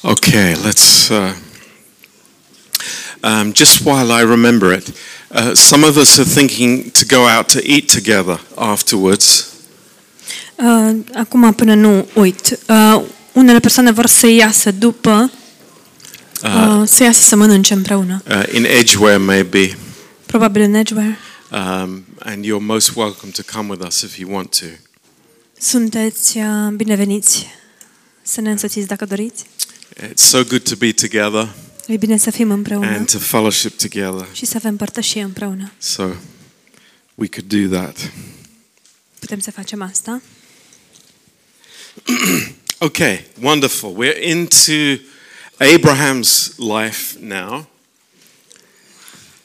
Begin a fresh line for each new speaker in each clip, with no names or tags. Okay, let's. Uh, um, just while I remember it, uh, some of us are thinking to go out to eat together afterwards.
Uh, acum până nu uit, uh, unele persoane vor să iasă după, uh, să iasă să mănânce împreună.
Uh, in Edgeware, maybe.
Probabil în Edgeware.
Um, and you're most welcome to come with us if you want to.
Sunteți uh, bineveniți să ne însoțiți dacă doriți.
It's so good to be together
E bine să fim împreună
and to fellowship together.
și să avem părtășie împreună.
So we could do that.
Putem să facem asta.
Okay, wonderful. We're into Abraham's life now.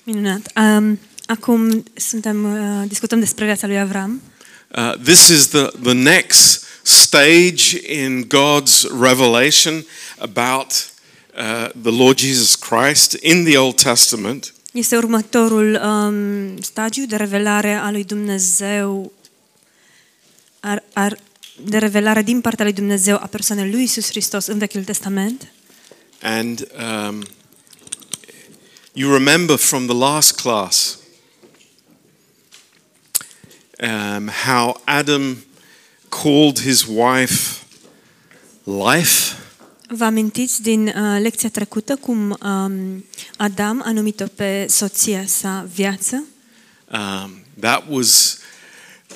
Minunat. Um, acum suntem, uh, discutăm despre viața lui Avram.
Uh, this is the, the next stage in God's revelation about uh, the Lord Jesus Christ in the Old Testament.
Este următorul um, stagiu de revelare a lui Dumnezeu, ar, ar, de revelare din partea lui Dumnezeu a persoanei lui Isus Hristos în Vechiul Testament.
And um, you remember from the last class um, how Adam called his wife life,
Vă amintiți din uh, lecția trecută cum um, Adam a numit-o pe soția sa viață?
um, that was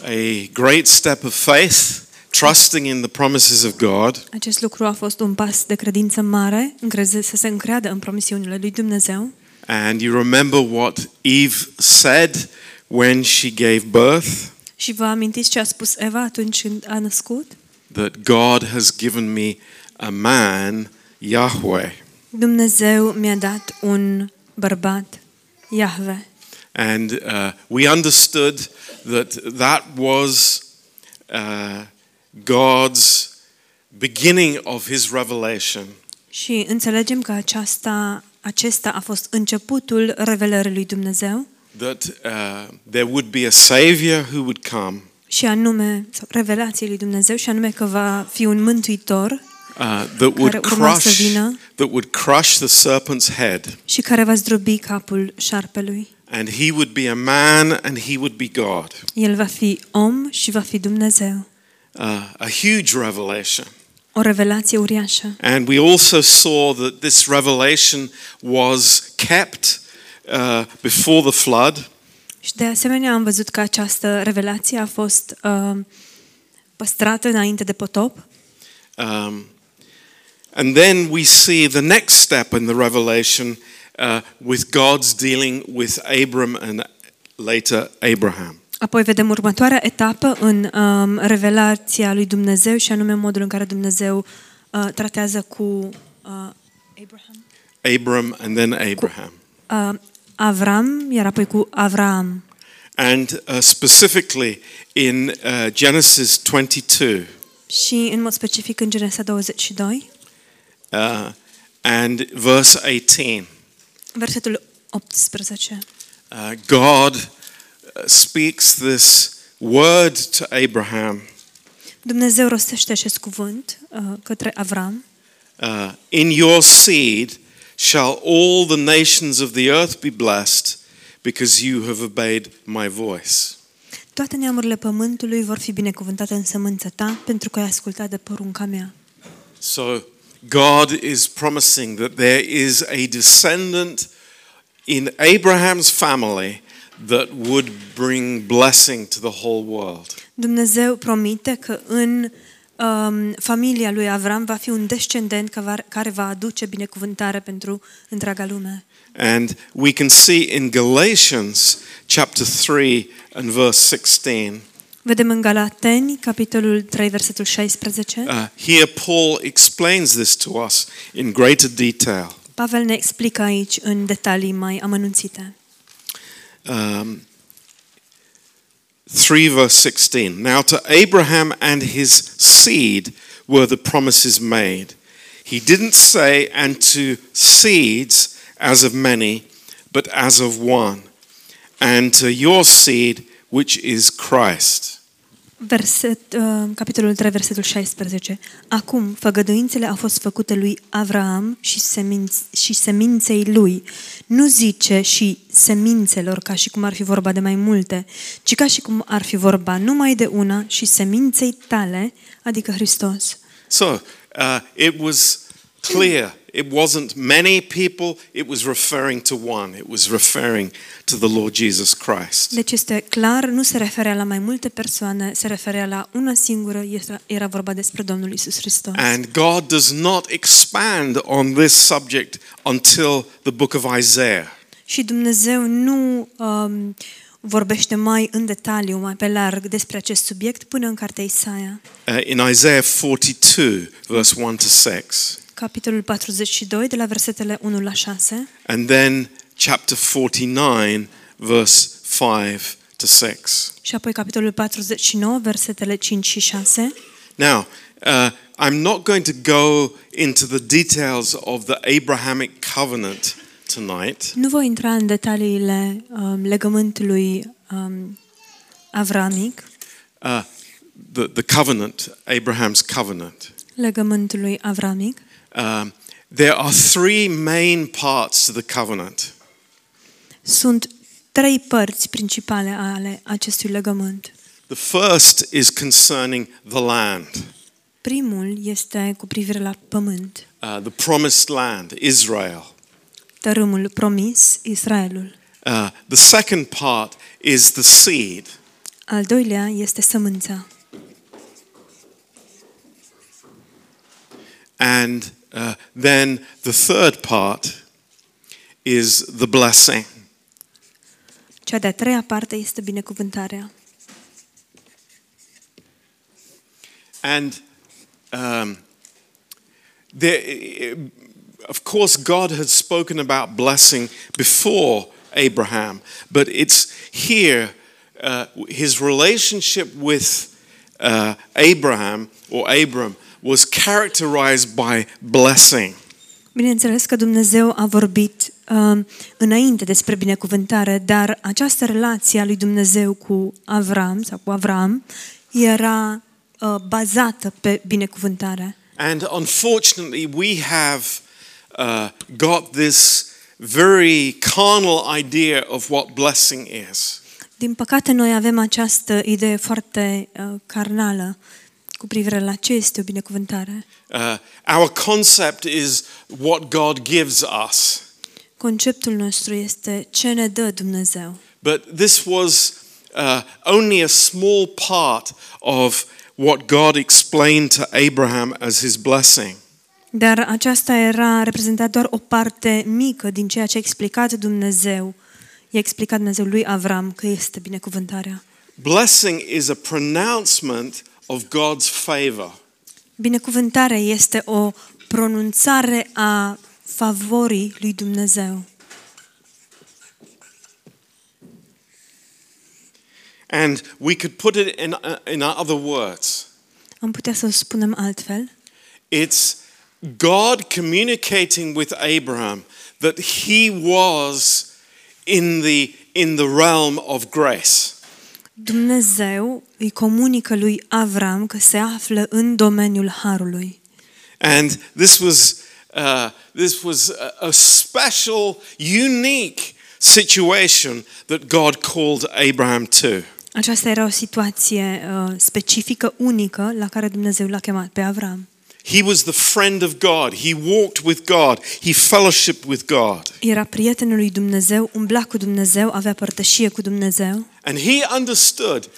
a great step of faith, trusting in the promises of God.
Acest lucru a fost un pas de credință mare, încreze, să se încreadă în promisiunile lui Dumnezeu.
And you remember what Eve said when she gave birth
Și vă amintiți ce a spus Eva atunci când a născut?
that God has given me a man, Yahweh.
Dumnezeu mi-a dat un bărbat, Iahve.
And uh, we understood that that was uh, God's beginning of his revelation.
Și înțelegem că aceasta, acesta a fost începutul revelării lui Dumnezeu
That uh, there would be a Savior who would come,
și anume, sau revelației lui Dumnezeu și anume că va fi un mântuitor
uh, that would
Care urma să
crush,
vină.
that would crush the serpent's head,
și care va zdrobi capul șarpelui.
and he would be a man, and he would be God.
El va fi om și va fi Dumnezeu.
uh, a huge revelation.
O revelație uriașă.
And we also saw that this revelation was kept uh, before the flood,
Și de asemenea am văzut că această revelație a fost uh, păstrată înainte de potop
um, and then we see the next step in the revelation uh, with God's dealing with Abram and later Abraham.
Apoi vedem următoarea etapă în um, revelația lui Dumnezeu și anume modul în care Dumnezeu uh, tratează cu uh, Abraham?
Abram and then Abraham.
Uh, Avram, iar apoi cu Avram.
And uh, specifically in uh, Genesis 22.
Și în mod specific în Genesa 22,
uh, and verse 18.
versetul 18.
Uh, God uh, speaks this word to Abraham
Dumnezeu rostește acest cuvânt uh, către Avram.
uh, In your seed shall all the nations of the earth be blessed, because you have obeyed my voice.
Toate neamurile pământului vor fi binecuvântate în sămânța ta, pentru că ai ascultat de porunca mea.
So God is promising that there is a descendant in Abraham's family that would bring blessing to the whole world.
Dumnezeu promite că în um, familia lui Avram va fi un descendent că va, care va aduce binecuvântare pentru întreaga lume.
And we can see in Galatians chapter 3 and verse 16.
Vedem în Galateni, capitolul 3, versetul 16,
Uh, here, Paul explains this to us in greater detail.
Pavel ne explică aici în detalii mai amănunțite.
Um, 3 verse 16. Now, to Abraham and his seed were the promises made. He didn't say, and to seeds as of many, but as of one, and to your seed, which is Christ.
Verset, uh, capitolul 3, versetul 16. Acum, făgăduințele au fost făcute lui Avraam și, seminț- și seminței lui. Nu zice și semințelor ca și cum ar fi vorba de mai multe, ci ca și cum ar fi vorba numai de una și seminței tale, adică Hristos.
So uh, it was clear. It wasn't many people, it was referring to one. It was referring to the Lord Jesus Christ.
Deci este clar, nu se referea la mai multe persoane, se referea la una singură, este- era vorba despre Domnul Isus Hristos.
And God does not expand on this subject until the book of Isaiah.
Și Dumnezeu nu um, vorbește mai în detaliu, mai pe larg despre acest subiect până în cartea Isaia,
Uh, in Isaiah 42, verse 1 to 6,
capitolul 42, de la versetele 1 la 6
and then chapter 49, verse 5 to 6.
și apoi capitolul 49, versetele 5 și 6.
Now, uh, I'm not going to go into the details of the Abrahamic covenant tonight.
Nu voi intra în detaliile um, legământului um, avramic,
Uh, the, the covenant, Abraham's covenant.
legământului avramic.
Um, there are three main parts to the covenant.
Sunt trei părți principale ale acestui legământ.
The first is concerning the land,
Primul este cu privire la pământ,
uh, the promised land, Israel.
tărâmul promis, Israelul.
Uh, the second part is the seed,
Al doilea este sămânța
and uh, then the third part is the blessing.
Cea de-a treia parte este binecuvântarea.
And um, there, of course, God had spoken about blessing before Abraham, but it's here uh, his relationship with uh, Abraham or Abram was characterized by blessing.
Bineînțeles că Dumnezeu a vorbit um, înainte despre binecuvântare, dar această relație a lui Dumnezeu cu Avram sau cu Avram era uh, bazată pe binecuvântare.
And unfortunately, we have uh, got this very carnal idea of what blessing is.
Din păcate, noi avem această idee foarte uh, carnală cu privire la ce este o binecuvântare.
Uh, our concept is what God gives us.
Conceptul nostru este ce ne dă Dumnezeu.
But this was uh, only a small part of what God explained to Abraham as his blessing.
Dar aceasta era reprezentat doar o parte mică din ceea ce a explicat Dumnezeu. I-a explicat Dumnezeu lui Avram că este binecuvântarea.
Blessing is a pronouncement of God's favor.
Binecuvântarea este o pronunțare a favorii lui Dumnezeu.
And we could put it in, uh, in other words
Am putea să o spunem altfel.
it's God communicating with Abraham that he was in the, in the realm of grace.
Dumnezeu îi comunică lui Avram că se află în domeniul harului.
And this was, uh, this was a, a special, unique situation that God called Abraham to.
Aceasta era o situație uh, specifică, unică, la care Dumnezeu l-a chemat pe Avram.
He was the friend of God. He walked with God. He fellowshiped with God.
Era prietenul lui Dumnezeu, umbla cu Dumnezeu, avea părtășie cu Dumnezeu
And he understood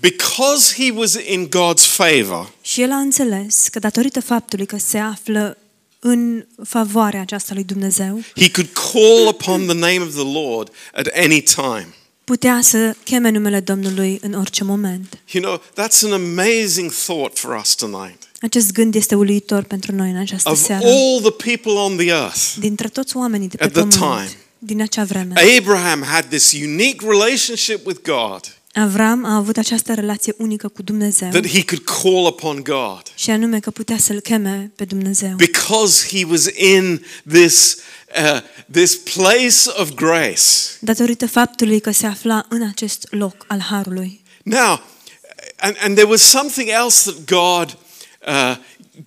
because he was in God's favor,
și el a înțeles că datorită faptului că se află în favoarea aceasta lui Dumnezeu,
he could call upon the name of the Lord at any time.
putea să cheme numele Domnului în orice moment.
You know, that's an amazing thought for us tonight.
Acest gând este uluitor pentru noi în această
Of
seară.
all the people on the earth,
Dintre toți oamenii de pe
At the
pământ,
time.
din acea vreme,
Abraham had this unique relationship with God
Avram a avut această relație unică cu Dumnezeu
that he could call upon God
și anume că putea să-L cheme pe Dumnezeu.
because he was in this, uh, this place of grace.
Datorită faptului că se afla în acest loc al Harului.
Now, And, and there was something else that God uh,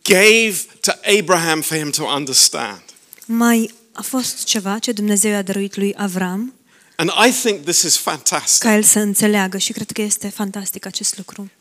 gave to Abraham for him to understand.
Mai a fost ceva ce Dumnezeu i-a dăruit lui Avram
And I think this is fantastic
ca el să înțeleagă și cred că este fantastic acest lucru.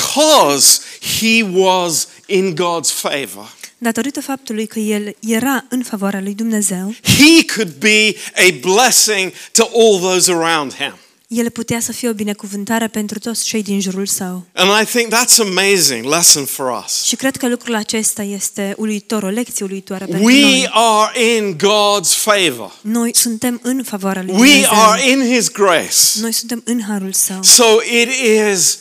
because he was in God's favor.
Datorită faptului că el era în favoarea lui Dumnezeu,
He could be a blessing to all those around him.
el putea să fie o binecuvântare pentru toți cei din jurul său.
And I think that's amazing lesson for us.
Și cred că lucrul acesta este uimitor, o lecție uluitoare pentru
We
noi.
are in God's favor.
Noi suntem în favoarea lui
We
Dumnezeu.
are in his grace.
Noi suntem în harul său.
So it is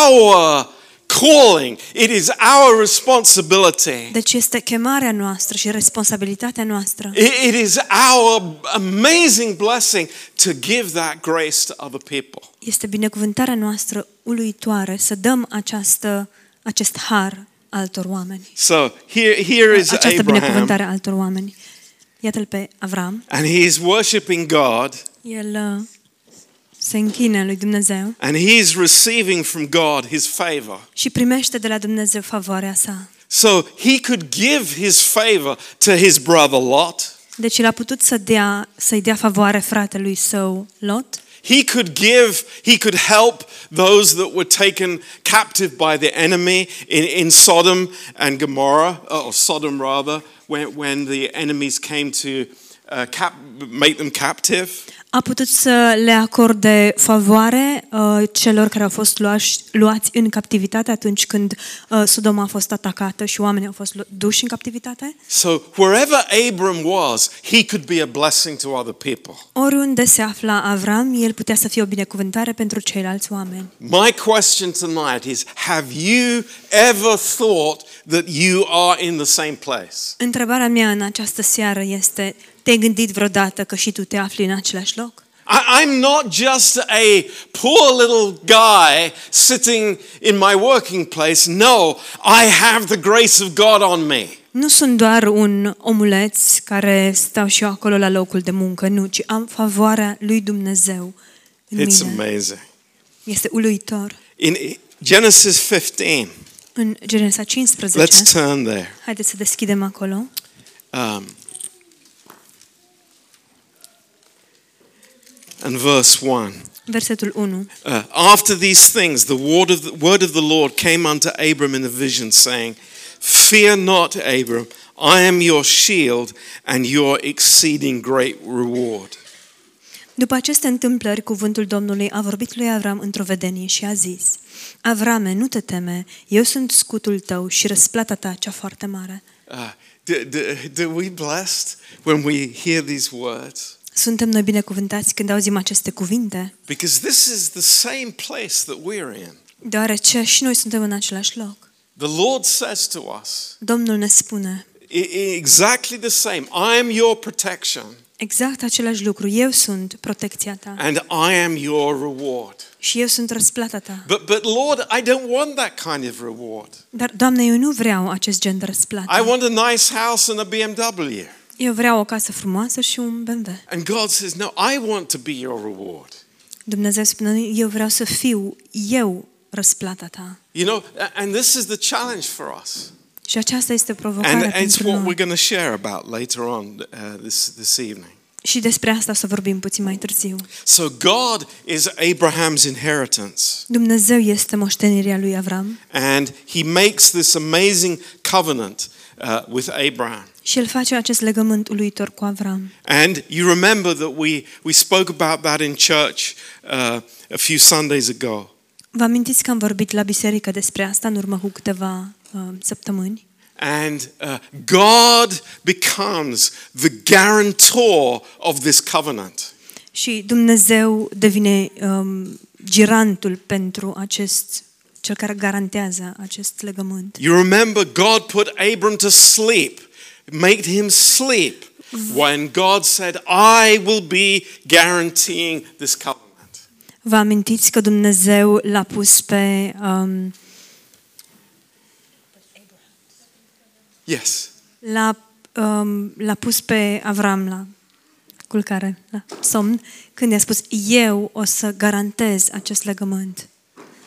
our calling. It is our responsibility.
Deci este chemarea noastră și responsabilitatea noastră.
It it is our amazing blessing to give that grace to other people.
Este binecuvântarea noastră uluitoare să dăm această, acest har altor oameni.
So here, here is
Această
Abraham,
binecuvântare altor oameni. Iată-l pe Avram.
and he's worshiping God,
El uh, se închine lui Dumnezeu
and he's receiving from God his favor.
și primește de la Dumnezeu favoarea sa.
So he could give his favor to his brother Lot.
Deci el a putut să dea, să-i dea favoare fratelui său Lot.
He could give, he could help those that were taken captive by the enemy in, in Sodom and Gomorrah, or Sodom rather, when, when the enemies came to uh, cap, make them captive.
A putut să le acorde favoare uh, celor care au fost luași, luați în captivitate atunci când uh, Sodoma a fost atacată și oamenii au fost lu- duși în captivitate.
So wherever Abram was, he could be a blessing to other people.
Oriunde se afla Avram, el putea să fie o binecuvântare pentru ceilalți oameni.
My question tonight is Have you ever thought that you are in the same place?
Întrebarea mea în această seară este, te-ai gândit vreodată că și tu te afli în același loc?
I, I'm not just a poor little guy sitting in my working place. No, I have the grace of God on me.
Nu sunt doar un omuleț care stau și eu acolo la locul de muncă, nu, ci am favoarea lui Dumnezeu în
It's
mine.
amazing.
Este uluitor.
In Genesis 15,
În Genesa 15,
let's turn there.
haideți să deschidem acolo.
Um, and verse 1.
Versetul 1.
Uh, after these things, the word, of the word of the Lord came unto Abram in a vision, saying, Fear not, Abram, I am your shield and your exceeding great reward.
După aceste întâmplări, cuvântul Domnului a vorbit lui Avram într-o vedenie și a zis, Avrame, nu te teme, eu sunt scutul tău și răsplata ta cea foarte mare.
Uh, do, do, do we blessed when we hear these words?
Suntem noi binecuvântați când auzim aceste cuvinte,
Because this is the same place that we're in.
deoarece și noi suntem în același loc.
The Lord says to us
Domnul ne spune,
i- i- exactly the same I am your protection
Exact același lucru. Eu sunt protecția ta
and I am your reward.
și eu sunt răsplata ta.
But, but Lord, I don't want that kind of reward.
Dar, Doamne, eu nu vreau acest gen de răsplată.
I want a nice house and a BMW.
Eu vreau o casă frumoasă și un BMW.
And God says, No, I want to be your reward.
Dumnezeu spune, eu vreau să fiu eu răsplata ta.
You know, a- and this is the challenge for us.
Și aceasta este
And
provocarea
it's
pentru
what
noi.
we're going to share about later on uh, this, this evening.
Și despre asta o să vorbim puțin mai târziu.
So, God is Abraham's inheritance,
Dumnezeu este moștenirea lui Avram
and he makes this amazing covenant uh, with Abraham.
și el face acest legământ uluitor cu Avram.
And you remember that we, we spoke about that in church uh, a few Sundays ago.
Vă amintiți că am vorbit la biserică despre asta în urmă cu câteva uh, săptămâni?
And uh, God becomes the guarantor of this covenant.
Și Dumnezeu devine um, girantul pentru acest, cel care garantează acest legământ.
You remember, God put Abram to sleep, made him sleep when God said, I will be guaranteeing this covenant.
Vă amintiți că Dumnezeu l-a pus pe um,
Yes.
l-a, um, l-a pus pe Avram la culcare, la somn, când i-a spus eu o să garantez acest legământ.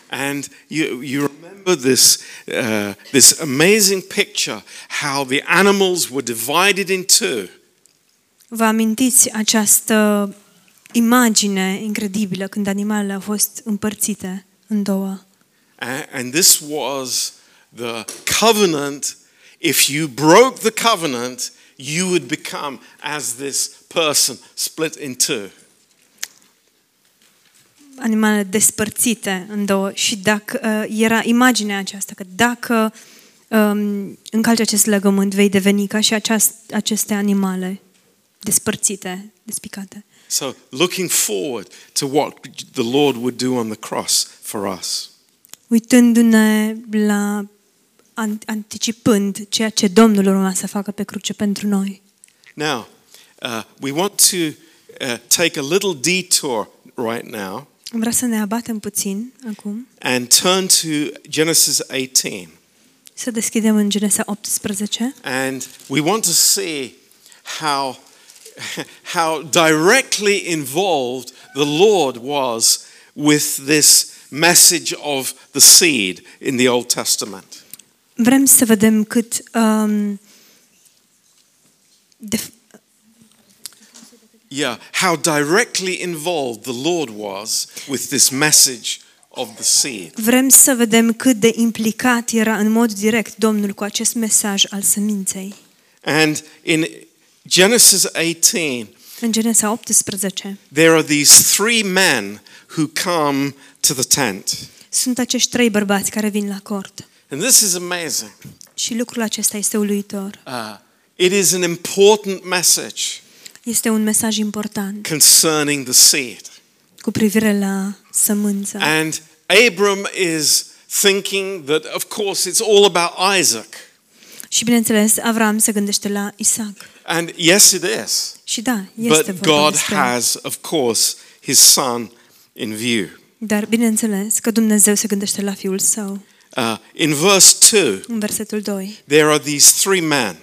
And you, you remember this, uh, this amazing picture how the animals were divided in two.
Vă amintiți această imagine incredibilă când animalele au fost împărțite în două?
A- And this was the covenant. If you broke the covenant, you would become as this person split in two.
Animalele despărțite în două și dacă uh, era imaginea aceasta că dacă um, încalci acest legământ vei deveni ca și aceast, aceste animale despărțite, despicate.
So, looking forward to what the Lord would do on the cross for us.
uitându-ne la an- anticipând ceea ce Domnul urma să facă pe cruce pentru noi.
Now, uh, we want to uh, take a little detour right now
Vreau să ne abatem puțin acum,
and turn to Genesis 18.
să deschidem în Genesa 18
And we want to see how, how directly involved the Lord was with this message of the seed in the Old Testament.
Vrem să vedem cât um, de, f-
Yeah, how directly involved the Lord was with this message of the seed.
vrem să vedem cât de implicat era în mod direct Domnul cu acest mesaj al seminței.
And in Genesis 18,
În Genesa 18
there are these three men who come to the tent.
sunt acești trei bărbați care vin la cort
And this is amazing.
și lucrul acesta este uluitor.
Uh, it is an important message
Este un mesaj important.
concerning the seed.
cu privire la sămânță.
And Abram is thinking that, of course, it's all about Isaac.
Și bineînțeles, Avram se gândește la Isaac.
And yes, it is.
Și da, este
But
vorba
God
despre...
has, of course, his son in view.
Dar bineînțeles că Dumnezeu se gândește la Fiul Său.
Uh, in verse 2,
În versetul 2
there are these three men.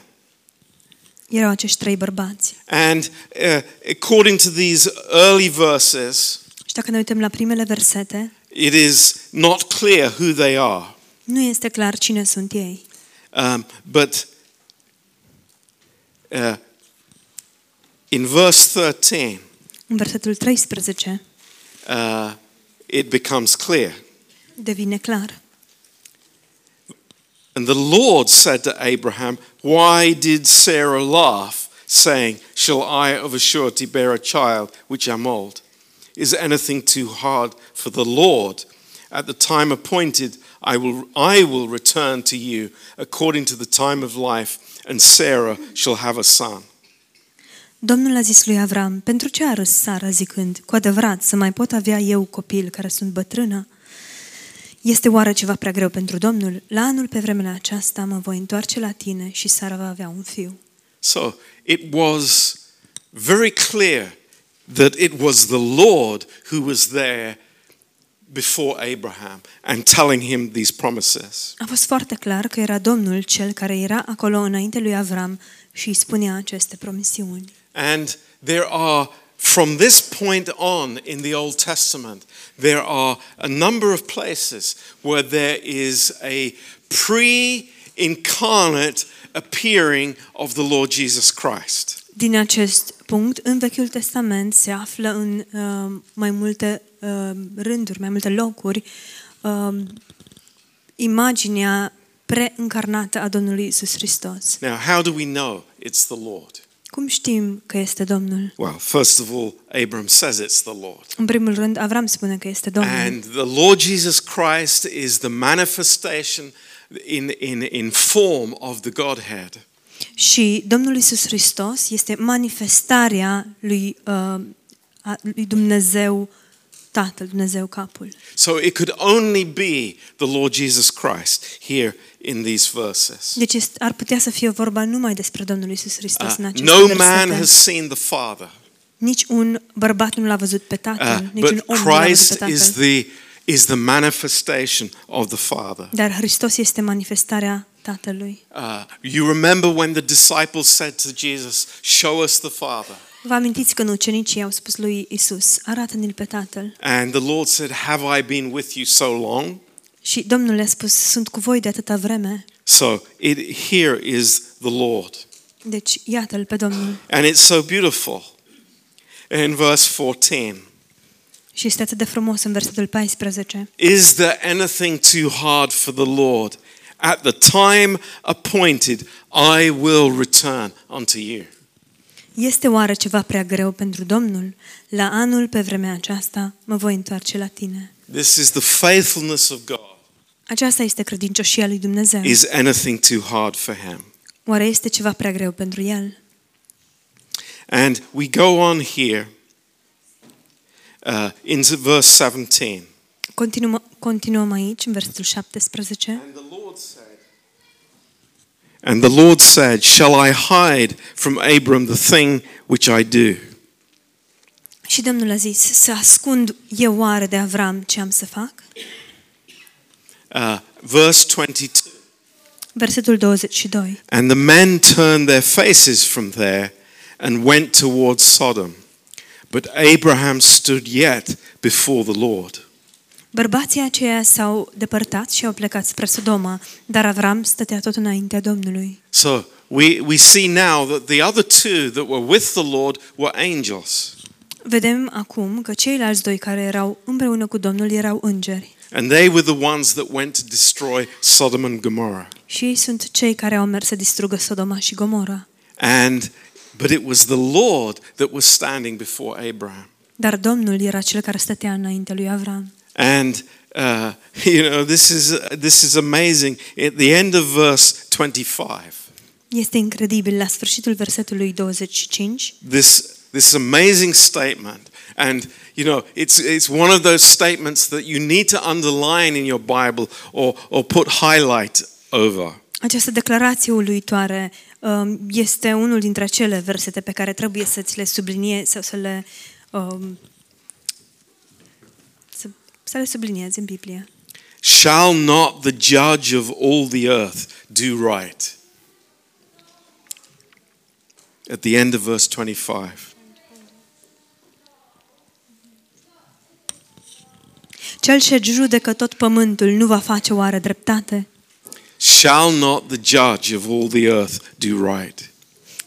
erau acești trei bărbați.
And uh, according to these early verses,
Și dacă ne uităm la primele versete,
it is not clear who they are.
nu este clar cine sunt ei.
Um, but uh, in verse 13,
În versetul 13
uh, it becomes clear.
devine clar.
And the Lord said to Abraham, Why did Sarah laugh, saying, Shall I of a surety bear a child which am old? Is anything too hard for the Lord? At the time appointed, I will, I will return to you according to the time of life, and Sarah shall have a son.
Domnul a zis lui Avram, pentru ce a râs Sara zicând, cu adevărat să mai pot avea eu copil care sunt bătrână? Este oare ceva prea greu pentru Domnul? La anul pe vremea aceasta mă voi întoarce la tine și Sara va avea un fiu.
So it was very clear that it was the Lord who was there before Abraham and telling him these promises.
A fost foarte clar că era Domnul cel care era acolo înainte lui Avram și îi spunea aceste promisiuni.
And there are, from this point on in the Old Testament, there are a number of places where there is a pre incarnate appearing of the Lord Jesus Christ.
Din acest punct, în Vechiul Testament se află în uh, mai multe uh, rânduri, mai multe locuri, uh, imaginea preîncarnată a Domnului Isus Hristos.
Now, how do we know it's the Lord?
Cum știm că este Domnul?
Well, first of all, Abram says it's the Lord.
În primul rând, Avram spune că este Domnul.
And the Lord Jesus Christ is the manifestation in, in, in form of the Godhead.
Și Domnul Isus Hristos este manifestarea lui, uh, a, lui Dumnezeu Tatăl, Dumnezeu Capul.
So it could only be the Lord Jesus Christ here in these verses.
Deci este, ar putea să fie vorba numai despre Domnul Isus Hristos
Uh,
în aceste
no
versete.
man has seen the Father,
Nici un bărbat nu l-a văzut pe
uh,
tatăl, nici un
but
om nu l-a
Christ
văzut pe tatăl.
is the, is the manifestation of the Father.
Dar Hristos este manifestarea tatălui.
Uh, you remember when the disciples said to Jesus, Show us the Father.
Vă amintiți când ucenicii au spus lui Isus, arată-ne-l pe tatăl.
And the Lord said, Have I been with you so long?
Și Domnul le-a spus, sunt cu voi de atâta vreme.
So it here is the Lord.
Deci, iată-l pe Domnul.
And it's so beautiful. In verse 14,
Și este atât de frumos în versetul 14.
is there anything too hard for the Lord? At the time appointed, I will return unto you.
Este oare ceva prea greu pentru Domnul? La anul, pe vremea aceasta, mă voi întoarce la tine.
This is the faithfulness of God.
Aceasta este credincioșia lui Dumnezeu.
Is anything too hard for him?
Oare este ceva prea greu pentru El?
And we go on here uh, into verse 17.
Continuăm, continuăm aici, în versetul 17.
And the Lord said, And the Lord said, Shall I hide from Abram the thing which I do?
Și Domnul a zis, să ascund eu oare de Avram ce am să fac?
Uh, verse 22.
Versetul 22.
And the men turned their faces from there and went towards Sodom. But Abraham stood yet before the Lord.
Bărbații aceia s-au depărtat și au plecat spre Sodoma, dar Avram stătea tot înaintea Domnului.
So we, we see now that the other two that were with the Lord were angels,
Vedem acum că ceilalți doi care erau împreună cu Domnul erau îngeri
and they were the ones that went to destroy Sodom and Gomorrah.
și ei sunt cei care au mers să distrugă Sodoma și Gomora.
And but it was the Lord that was standing before Abraham.
Dar Domnul era cel care stătea înaintea lui Avram.
And uh, you know this is this is amazing. At the end of verse 25,
Este incredibil, la sfârșitul versetului 25,
this this amazing statement. And you know it's it's one of those statements that you need to underline in your Bible or or put highlight over.
această declarație uluitoare um, este unul dintre acele versete pe care trebuie să ți le subliniezi sau să le, um, să, să le subliniezi în Biblie.
Shall not the judge of all the earth do right? At the end of verse 25.
Cel ce judecă tot pământul nu va face oare dreptate?
Shall not the judge of all the earth do right?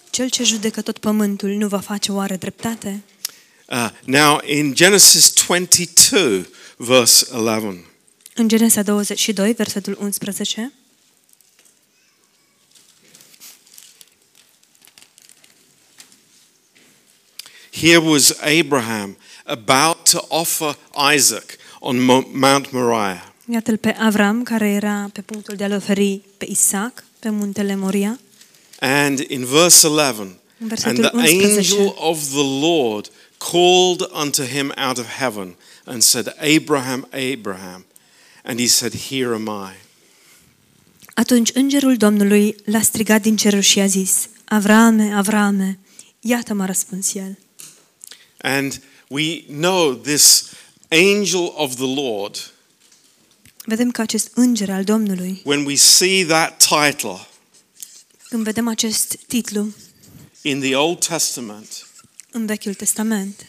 Cel ce judecă tot pământul nu va face oare dreptate?
Uh, now, in Genesis 22, verse 11,
În Genesa 22, versetul 11,
here was Abraham about to offer Isaac on Mo- Mount Moriah.
iată-l pe Avram, care era pe punctul de a-l oferi pe Isaac, pe muntele Moria.
And in verse 11, and
În versetul
the
11,
angel of the Lord called unto him out of heaven and said, Abraham, Abraham. And he said, Here am I.
atunci îngerul Domnului l-a strigat din cerul și a zis, Avrame, Avrame, iată m-a răspuns el.
And we know this angel of the Lord,
Vedem că acest înger al Domnului,
when we see that title
când vedem acest titlu
in the Old Testament,
în Vechiul Testament,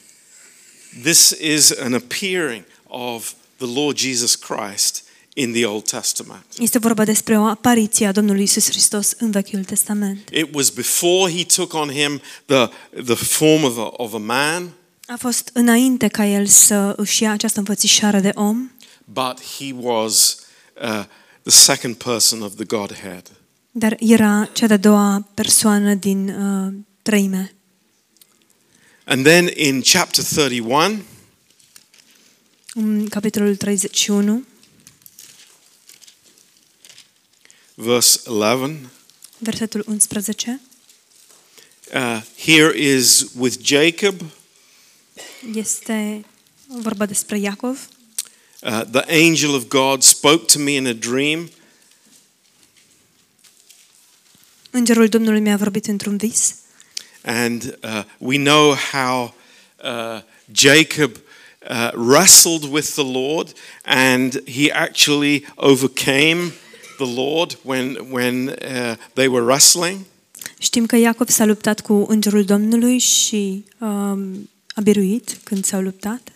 this is an appearing of the Lord Jesus Christ in the Old Testament.
Este vorba despre o apariție a Domnului Isus Hristos în Vechiul Testament.
It was before he took on him the, the form of a, of a man,
A fost înainte ca el să își ia această înfățișare de om,
but he was uh, the second person of the Godhead.
dar era cea de-a doua persoană din uh, trăime.
And then in chapter 31,
În capitolul 31,
verse 11,
versetul 11,
uh, here is with Jacob,
este vorba despre Iacov.
uh, the angel of God spoke to me in a dream,
Îngerul Domnului mi-a vorbit într-un vis
and uh, we know how uh, Jacob. Uh, wrestled with the Lord, and he actually overcame the Lord when when uh, they were wrestling.
Știm că Iacov s-a luptat cu îngerul Domnului și um, a biruit când s-au luptat.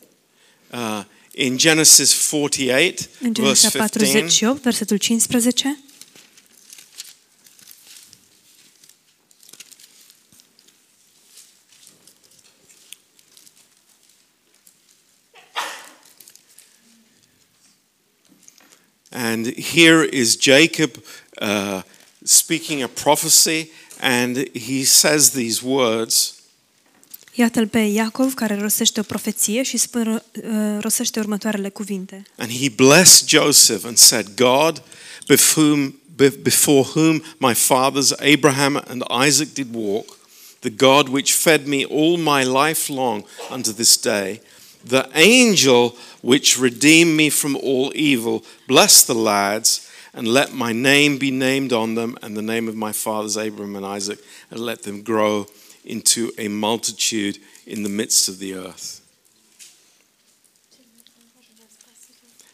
Uh, in Genesis 48,
În
verse
Genesa
15,
48, versetul 15,
and here is Jacob uh, speaking a prophecy, and he says these words.
iată-l pe Iacov care rostește o profeție și spune, uh, rostește următoarele cuvinte.
And he blessed Joseph and said, God, before whom, be- before whom my fathers Abraham and Isaac did walk, the God which fed me all my life long unto this day, the angel which redeemed me from all evil, bless the lads, and let my name be named on them, and the name of my fathers Abraham and Isaac, and let them grow into a multitude in the midst of the earth.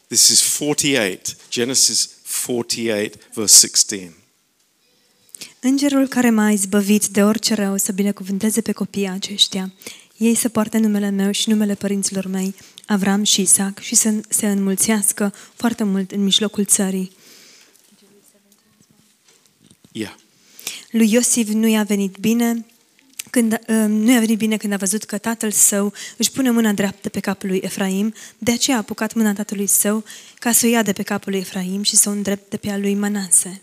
This is 48, Genesis 48, verse 16.
Îngerul care m-a izbăvit de orice rău să binecuvânteze pe copiii aceștia. Ei să poarte numele meu și numele părinților mei, Avram și Isaac, și să se înmulțească foarte mult în mijlocul țării.
Yeah.
Lui Iosif nu i-a venit bine când, uh, nu i-a venit bine când a văzut că tatăl său își pune mâna dreaptă pe capul lui Efraim, de aceea a apucat mâna tatălui său ca să o ia de pe capul lui Efraim și să o îndrepte pe a lui Manase.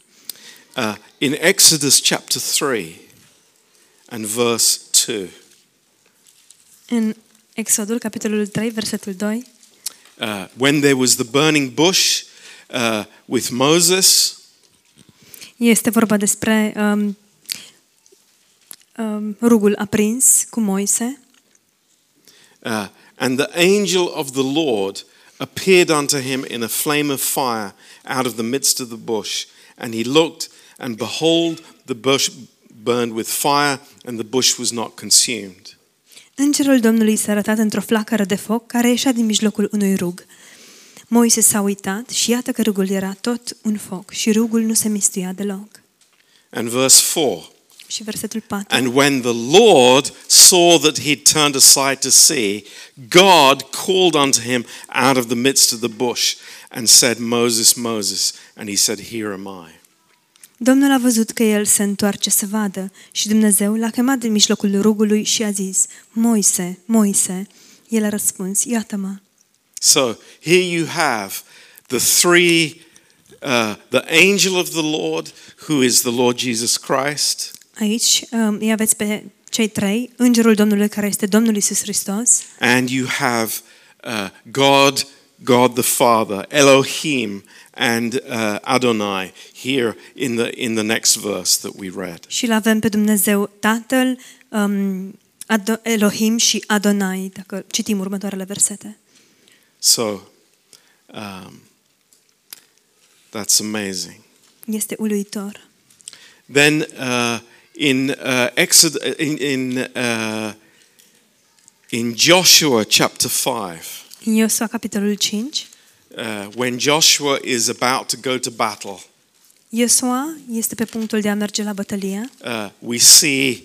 Uh, in Exodus chapter 3 and verse 2,
În Exodul, capitolul 3, versetul 2,
uh, when there was the burning bush uh, with Moses,
Este vorba despre um, um, rugul aprins cu Moise
uh, and the angel of the Lord appeared unto him in a flame of fire out of the midst of the bush. And he looked, and behold, the bush burned with fire, and the bush was not consumed.
Îngerul Domnului s-a arătat într-o flacără de foc care ieșea din mijlocul unui rug. Moise s-a uitat și iată că rugul era tot un foc și rugul nu se mistuia deloc.
And verse 4.
Și versetul 4.
And when the Lord saw that he'd turned aside to see, God called unto him out of the midst of the bush and said, Moses, Moses. And he said, Here am I.
Domnul a văzut că el se întoarce să vadă și Dumnezeu l-a chemat din mijlocul rugului și a zis, Moise, Moise. El a răspuns, iată-mă.
So here you have the three uh, the angel of the Lord, who is the Lord Jesus Christ,
Aici um, îi aveți pe cei trei, Îngerul Domnului care este Domnul Isus Hristos,
and you have uh, God, God the Father, Elohim, and uh, Adonai here in the, in the next verse that we read.
și îl avem pe Dumnezeu Tatăl, um, Ado- Elohim și Adonai, dacă citim următoarele versete.
So um, that's amazing.
Este uluitor.
Then uh, in uh, Exod- in in, uh, in Joshua chapter five,
În Iosua, capitolul 5,
uh, when Joshua is about to go to battle,
Iosua este pe punctul de a merge la bătălie.
uh, we see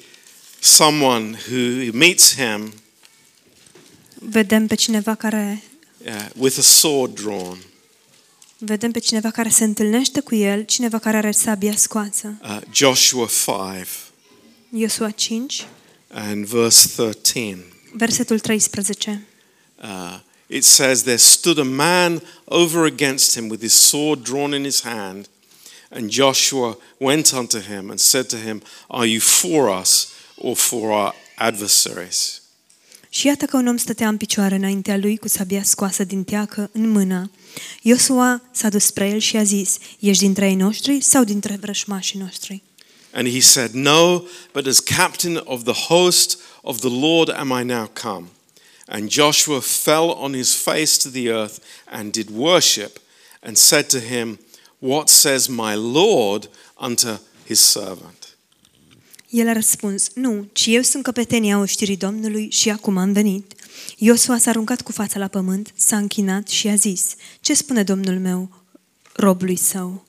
someone who meets him
Vedem pe cineva care
uh, with a sword drawn.
vedem pe cineva care se întâlnește cu el, cineva care are sabia scoasă.
Uh, Joshua five
Iosua 5,
and verse thirteen.
versetul 13.
Uh, it says, There stood a man over against him with his sword drawn in his hand. And Joshua went unto him and said to him, Are you for us or for our adversaries?
Și iată că un om stătea în picioare înaintea lui cu sabia scoasă din teacă în mână. Iosua s-a dus spre el și a zis, ești dintre ei noștri sau dintre vrășmașii noștri?
And he said, No, but as captain of the host of the Lord am I now come. And Joshua fell on his face to the earth and did worship and said to him, What says my Lord unto his servant?
El a răspuns, nu, ci eu sunt căpetenia oștirii Domnului și acum am venit. Iosua s-a aruncat cu fața la pământ, s-a închinat și a zis, ce spune Domnul meu robului său?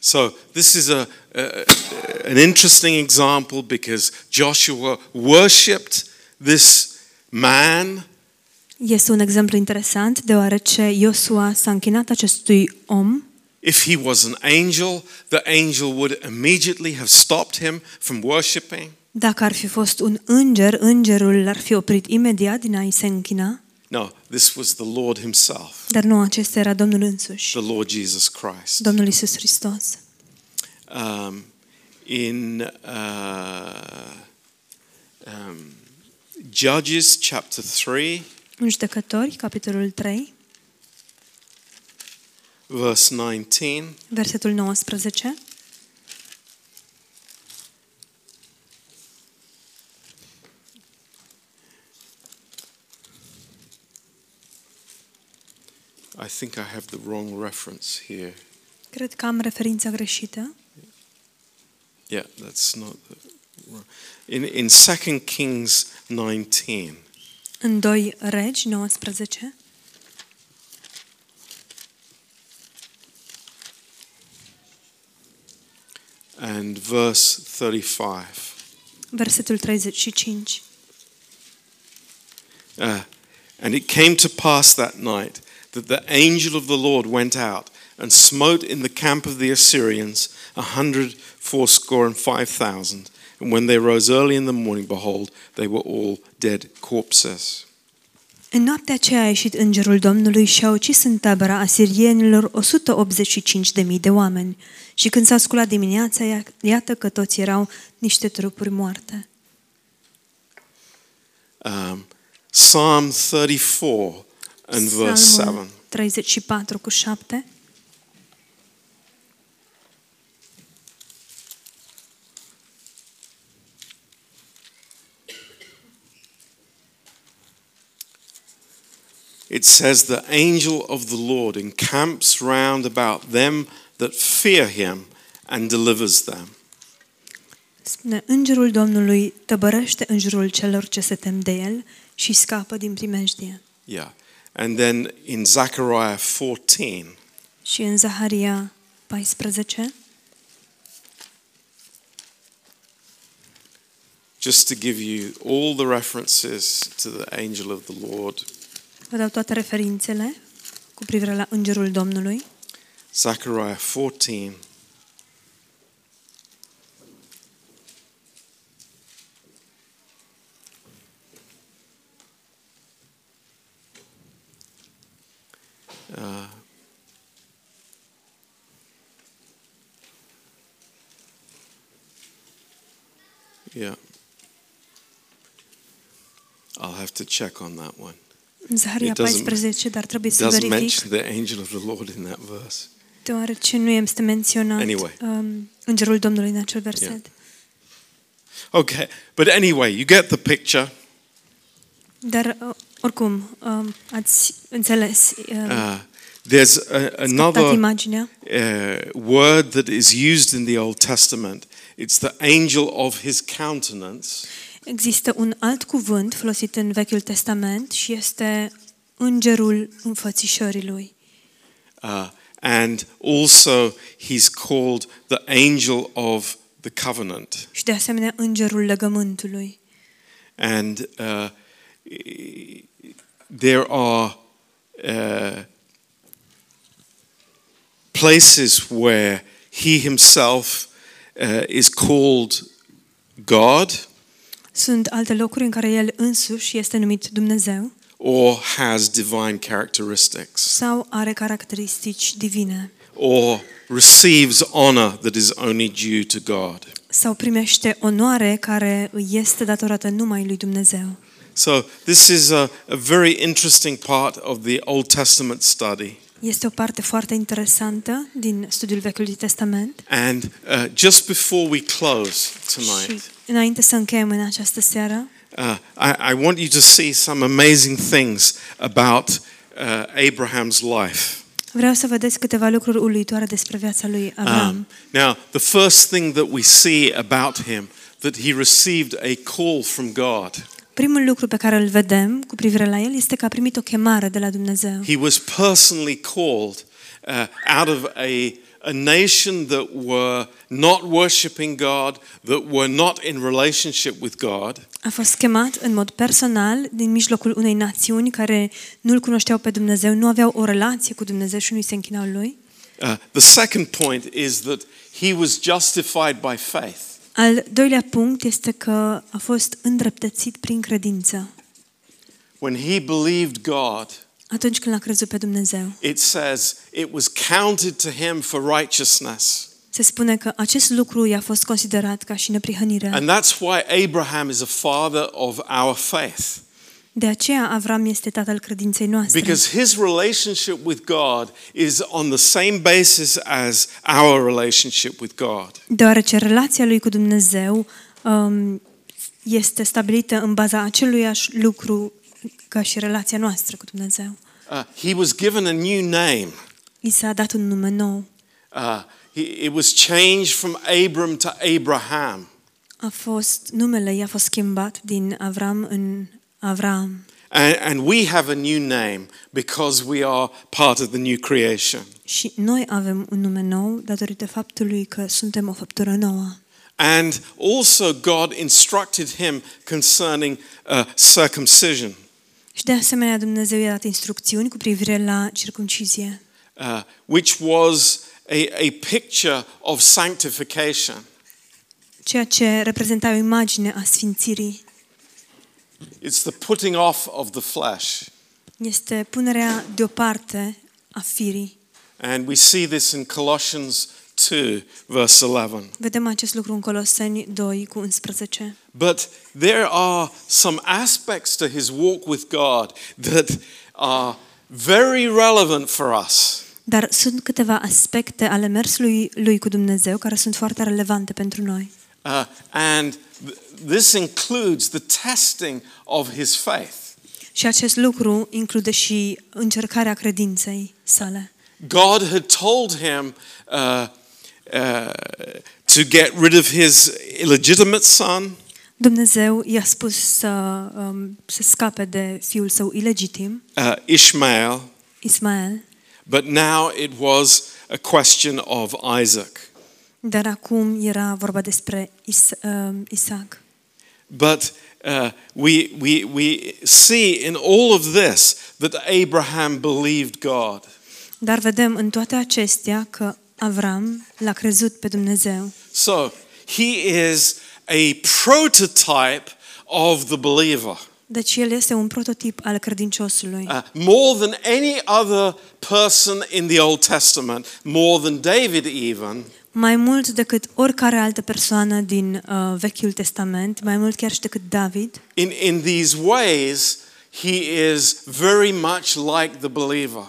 So this is a, a- an interesting example because Joshua worshipped this man
Este un exemplu interesant, deoarece Iosua s-a închinat acestui om.
If he was an angel, the angel would immediately have stopped him from worshiping.
Dacă ar fi fost un înger, îngerul l-ar fi oprit imediat din a-i se închina,
No, this was the Lord himself,
dar nu acesta era Domnul însuși,
the Lord Jesus Christ.
Domnul Isus Hristos.
um, in uh, um, Judges chapter 3,
În judecători, capitolul 3,
verse 19.
versetul 19,
I think I have the wrong reference here.
cred că am referința greșită,
Yeah, that's not the wrong. In, in 2 Kings 19,
în 2 Regi 19,
and verse 35.
versetul 35.
Uh, and it came to pass that night that the angel of the Lord went out and smote in the camp of the Assyrians a hundred fourscore and five thousand. And when they rose early in the morning, behold, they were all dead corpses.
În noaptea aceea a ieșit îngerul Domnului și a ucis în tabăra asirienilor 185.000 de oameni. Și când s-a sculat dimineața, ia- iată că toți erau niște trupuri moarte.
Um, Psalm 34 and verse 7.
Psalmul 34 cu 7.
It says, The angel of the Lord encamps round about them that fear him and delivers them.
Spune, îngerul Domnului tăbărăște în jurul celor ce se tem de el și îi scapă din primejdie.
Yeah. And then in Zechariah 14,
Și în Zaharia 14,
just to give you all the references to the angel of the Lord,
vă dau toate referințele cu privire la îngerul Domnului.
Zechariah 14, uh, yeah. I'll have to check on that one.
În Zaharia
It doesn't-
14, dar trebuie
It
să
doesn't
verific.
mention the angel of the Lord in that verse.
Deoarece nu este menționat
Anyway.
um, îngerul Domnului în acel verset.
Yeah. Okay, but anyway, you get the picture.
Dar, uh, oricum, um, ați înțeles, um,
Uh, there's a,
captat
another
imaginea.
uh, word that is used in the Old Testament. It's the angel of his countenance,
Există un alt cuvânt folosit în Vechiul Testament și este îngerul înfățișării lui.
uh, and also he's called the angel of the covenant.
Și, de asemenea, îngerul legământului.
And uh, e- there are uh, places where he himself uh, is called God
Sunt alte locuri în care el însuși este numit Dumnezeu
or has divine characteristics
sau are caracteristici divine
or receives honor that is only due to God.
sau primește onoare care îi este datorată numai lui Dumnezeu.
So, this is a, a very interesting part of the Old Testament study.
Este o parte foarte interesantă din studiul Vechiului Testament.
And uh, just before we close
Și
tonight,
înainte să încheiem în această seară,
Uh, I, I want you to see some amazing things about uh, Abraham's life.
vreau să vedeți câteva lucruri uluitoare despre viața lui Avram.
Um, now, the first thing that we see about him that he received a call from God.
Primul lucru pe care îl vedem cu privire la el este că a primit o chemare de la Dumnezeu.
He was personally called uh, out of a a nation that were not worshiping God, that were not in relationship with God,
A fost chemat în mod personal din mijlocul unei națiuni care nu-L cunoșteau pe Dumnezeu, nu aveau o relație cu Dumnezeu și nu-i se închinau Lui.
Uh, the second point is that he was justified by faith.
Al doilea punct este că a fost îndreptățit prin credință.
When he believed God,
Atunci când l-a crezut pe Dumnezeu,
it says it was counted to him for righteousness.
se spune că acest lucru i-a fost considerat ca și neprihănire.
And that's why Abraham is a father of our faith,
De aceea Avram este tatăl credinței noastre.
because his relationship with God is on the same basis as our relationship with God.
Deoarece relația lui cu Dumnezeu um, este stabilită în baza aceluiași lucru ca și relația noastră cu Dumnezeu.
Uh, he was given a new name.
I s-a dat un nume nou.
Uh, he- it was changed from Abram to Abraham.
A fost, numele i-a fost schimbat din Avram în Avram.
And, and we have a new name because we are part of the new creation.
Și noi avem un nume nou datorită faptului că suntem o făptură nouă.
And also, God instructed him concerning uh, circumcision.
Și de asemenea Dumnezeu i-a dat instrucțiuni cu privire la circumcizie,
uh, which was a, a picture of sanctification.
ceea ce reprezenta o imagine a sfințirii.
It's the putting off of the flesh.
Este punerea deoparte a firii.
And we see this in Colossians 2, verse 11.
Vedem acest lucru în Coloseni 2 cu 11.
But there are some aspects to his walk with God that are very relevant for us.
Dar sunt câteva aspecte ale mersului lui cu Dumnezeu care sunt foarte relevante pentru noi.
Uh, and th- this includes the testing of his faith.
Și acest lucru include și încercarea credinței sale.
God had told him uh, uh, to get rid of his illegitimate son,
Dumnezeu i-a spus să, um, să scape de fiul său ilegitim,
uh, Ishmael,
Ismael,
but now it was a question of Isaac.
dar acum era vorba despre Is- um, Isaac.
But uh, we, we, we see in all of this that Abraham believed God.
Dar vedem în toate acestea că Avram l-a crezut pe Dumnezeu.
So he is a prototype of the believer.
Deci el este un prototip al credinciosului.
Uh, more than any other person in the Old Testament, more than David even,
Mai mult decât oricare altă persoană din uh, Vechiul Testament, mai mult chiar și decât David,
in, in these ways, he is very much like the believer.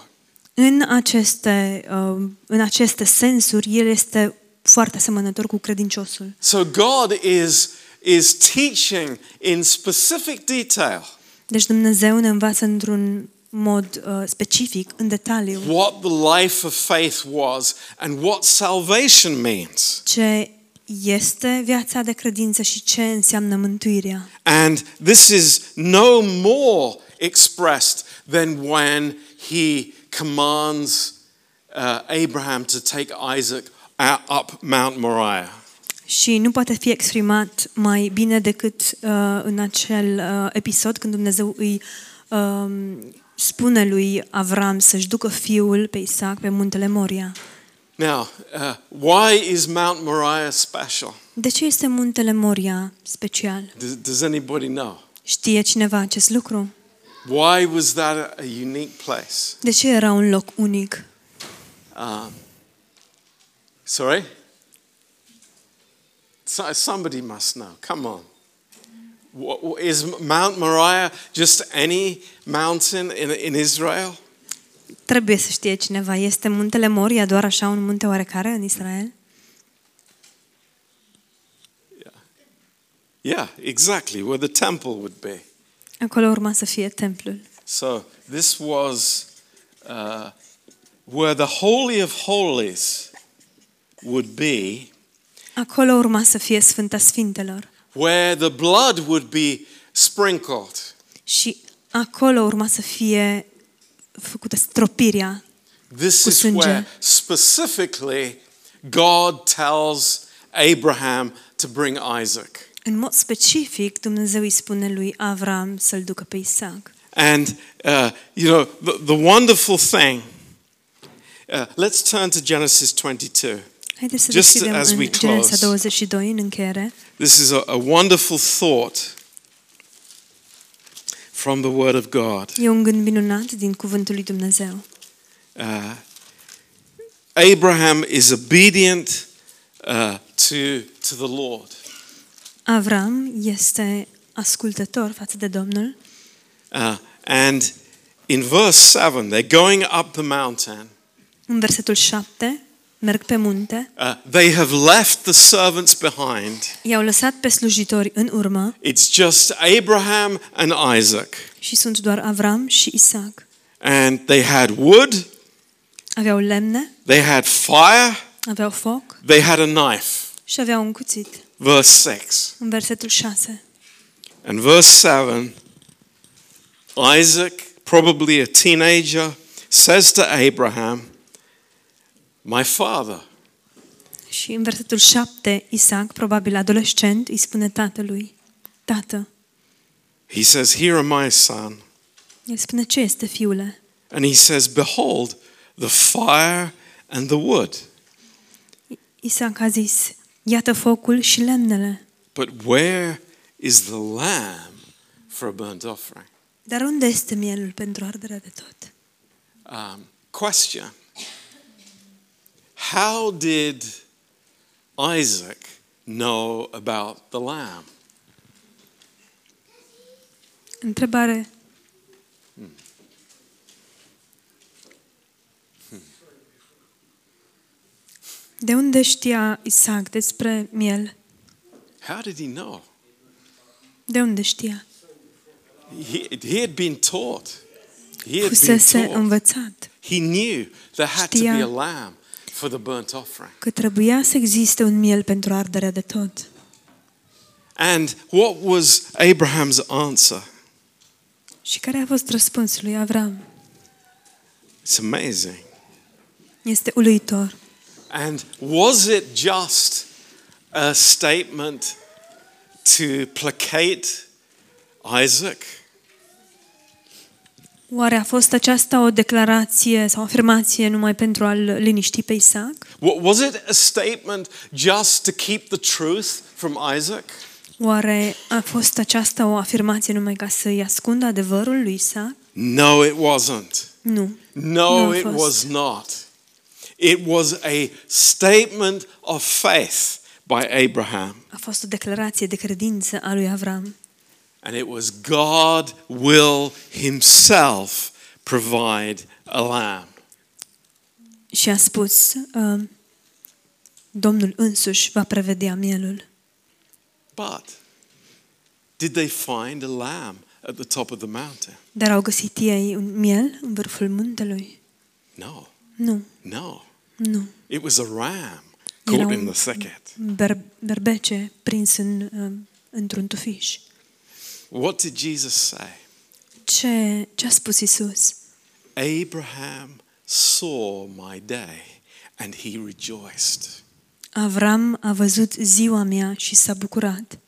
În aceste, uh, în aceste sensuri, el este foarte asemănător cu credinciosul.
So God is, is teaching in specific detail
Deci Dumnezeu ne învață într-un mod uh, specific, în detaliu,
what the life of faith was and what salvation means.
ce este viața de credință și ce înseamnă mântuirea.
And this is no more expressed than when he commands uh, Abraham to take Isaac out, up Mount Moriah.
Și nu poate fi exprimat mai bine decât uh, în acel uh, episod când Dumnezeu îi uh, spune lui Avram să-și ducă fiul pe Isaac pe muntele Moria.
Now, uh, why is Mount Moriah special?
De ce este muntele Moria special?
Does, does anybody know?
Știe cineva acest lucru?
Why was that a unique place?
De ce era un loc unic?
Um, sorry? So, somebody must know. Come on. Wha- wha- Is Mount Moriah just any mountain in, in Israel?
Trebuie să știe cineva. Este muntele Moria doar așa un munte oarecare în Israel?
Yeah, exactly, where the temple would be.
Acolo urma să fie templul.
So this was uh, where the Holy of Holies would be,
Acolo urma să fie Sfânta Sfintelor.
where the blood would be sprinkled.
Și acolo urma să fie făcută stropirea.
This
Cu
is
sânge.
where specifically God tells Abraham to bring Isaac.
În mod specific, Dumnezeu îi spune lui Avram să-l ducă pe Isaac.
And, uh, you know, the, the wonderful thing, uh, let's turn to Genesis 22.
Haideți să
Just
deschidem
as we
în
close.
Genesa 22, în încheiere.
This is a, a wonderful thought from the Word of God.
E un gând minunat din cuvântul lui Dumnezeu.
Uh, Abraham is obedient uh, to, to the Lord.
Avram este ascultător față de Domnul
Uh, and in verse 7, they're going up the mountain.
În versetul 7, merg pe munte,
Uh, they have left the servants behind.
i-au lăsat pe slujitori în urmă
It's just Abraham and Isaac.
și sunt doar Avram și Isaac.
And they had wood,
Aveau lemne,
they had fire,
aveau foc
they had a knife.
și aveau un cuțit.
Verse 6.
În versetul 6.
And verse 7 Isaac, probably a teenager, says to Abraham, My father.
Și în versetul 7, Isaac, probabil adolescent, îi spune tatălui, Tată,
He says, Here am I, son.
el spune, ce este fiule?
And he says, Behold, the fire and the wood,
Isaac a zis, iată focul și lemnele.
but where is the lamb for a burnt offering?
Dar unde este mielul pentru arderea de tot?
Um, question How did Isaac know about the lamb?
Întrebare. De unde știa Isaac despre miel?
How did he know?
De unde știa?
He, he had been taught. He had been
Fusese
taught.
învățat
He knew there had to be
Știa.
a lamb for the burnt offering.
că trebuia să existe un miel pentru arderea de tot.
And what was Abraham's answer?
Și care a fost răspunsul lui Avram?
It's amazing.
Este uluitor.
And was it just a statement to placate Isaac?
Oare a fost aceasta o declarație sau afirmație numai pentru a-l liniști pe Isaac?
Wa- Was it a statement just to keep the truth from Isaac?
Oare a fost aceasta o afirmație numai ca să-i ascundă adevărul lui Isaac?
No, it wasn't.
Nu.
No,
No,
it
first.
was not. It was a statement of faith by Abraham.
A fost o declarație de credință a lui Avram
And it was God will himself provide a lamb.
și a spus, uh, Domnul însuși va prevedea mielul.
But did they find a lamb at the top of the mountain?
Dar au găsit ei un miel în vârful muntelui?
No,
Nu,
no.
nu.
It was a ram
Era
caught
un-
in the thicket.
un Ber- berbece prins în, uh, într-un tufiș.
What did Jesus say?
Ce, ce a spus Isus?
Abraham saw my day and he rejoiced.
Avram a văzut ziua mea și s-a bucurat.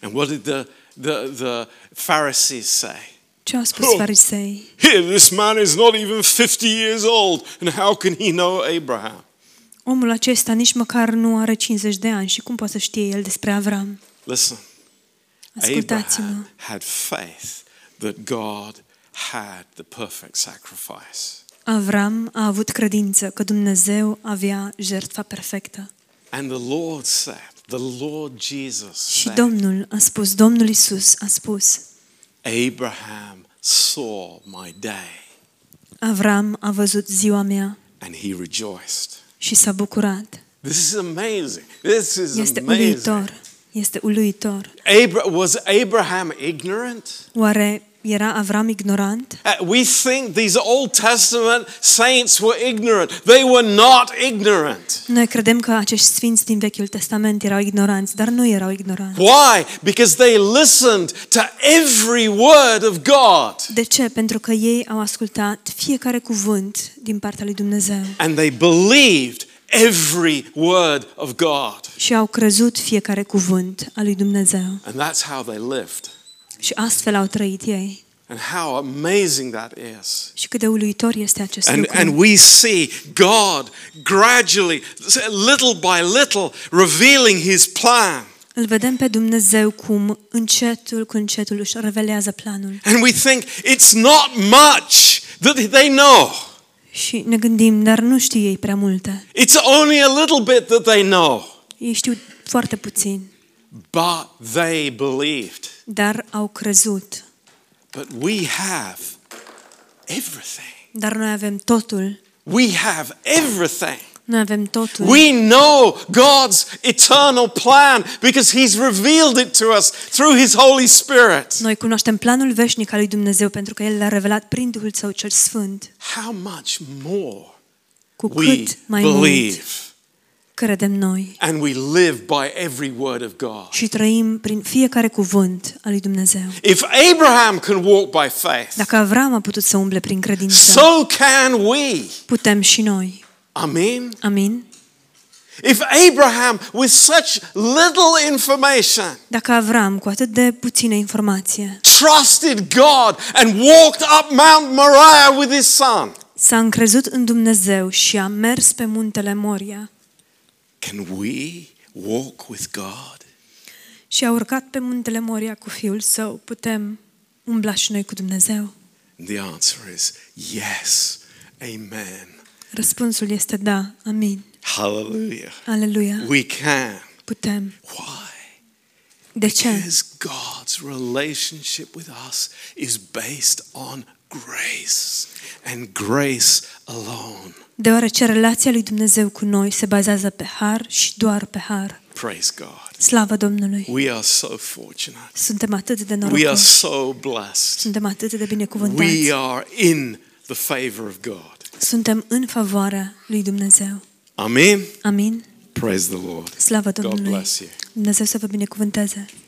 And what did the, the, the Pharisees say?
Ce au spus
Oh.
farisei?
Here, this man is not even 50 years old, and how can he know Abraham?
Omul acesta nici măcar nu are 50 de ani și cum poate să știe el despre Avram?
Listen,
Ascultați-mă.
Abraham had faith that God had the perfect sacrifice.
Avram a avut credință că Dumnezeu avea jertfa perfectă.
And the Lord said, the Lord Jesus
Și
said,
Domnul a spus, Domnul Isus a spus,
Abraham saw my day
Avram a văzut ziua mea
and he rejoiced.
și s-a bucurat.
This is amazing. This is
Este
amazing.
uluitor. Este uluitor.
Abra- was Abraham ignorant?
Oare era Avram ignorant?
Uh, we think these Old Testament saints were ignorant. They were not ignorant.
Noi credem că acești sfinți din Vechiul Testament erau ignoranți, dar nu erau ignoranți.
Why? Because they listened to every word of God
De ce? Pentru că ei au ascultat fiecare cuvânt din partea lui Dumnezeu
and they believed every word of God.
și au crezut fiecare cuvânt al lui Dumnezeu.
And that's how they lived.
Și astfel au trăit ei.
And how amazing that is.
Și cât de uluitor este acest
And,
lucru.
and we see God gradually, little by little, revealing his plan.
Îl vedem pe Dumnezeu cum încetul cu încetul își revelează planul.
And we think it's not much that they know,
Și ne gândim, dar nu știu ei prea multe.
it's only a little bit that they know.
Ei știu foarte puțin,
But they believed.
dar au crezut.
But we have everything.
Dar noi avem totul.
We have everything.
Noi avem totul.
We know God's eternal plan because He's revealed it to us through His Holy Spirit.
Noi cunoaștem planul veșnic al lui Dumnezeu pentru că El l-a revelat prin Duhul Său cel Sfânt.
How much more
Cu
we
cât mai mult
believe
credem noi
and we live by every word of God.
și trăim prin fiecare cuvânt al lui Dumnezeu.
If Abraham can walk by faith,
Dacă Avram a putut să umble prin credință,
so can we.
putem și noi.
Amen.
Amin?
If Abraham, with such little information,
Dacă Avram, cu atât de puțină informație,
trusted God and walked up Mount Moriah with his son.
s-a încrezut în Dumnezeu și a mers pe muntele Moria
Can we walk with God?
și a urcat pe muntele Moria cu fiul său, putem umbla și noi cu Dumnezeu?
And the answer is yes. Amen.
Răspunsul este da, amin,
Hallelujah.
aleluia,
We can.
putem.
Why?
De ce?
Because God's relationship with us is based on grace and grace alone.
Deoarece relația lui Dumnezeu cu noi se bazează pe har și doar pe har.
Praise God.
Slavă Domnului!
We are so fortunate.
Suntem atât de
We are
norocoși,
so blessed.
suntem atât de binecuvântați,
We are in the favor of God.
suntem în favoarea lui Dumnezeu.
Amen.
Amin?
Praise the Lord.
Slavă
God
Domnului!
bless you.
Dumnezeu să vă binecuvânteze!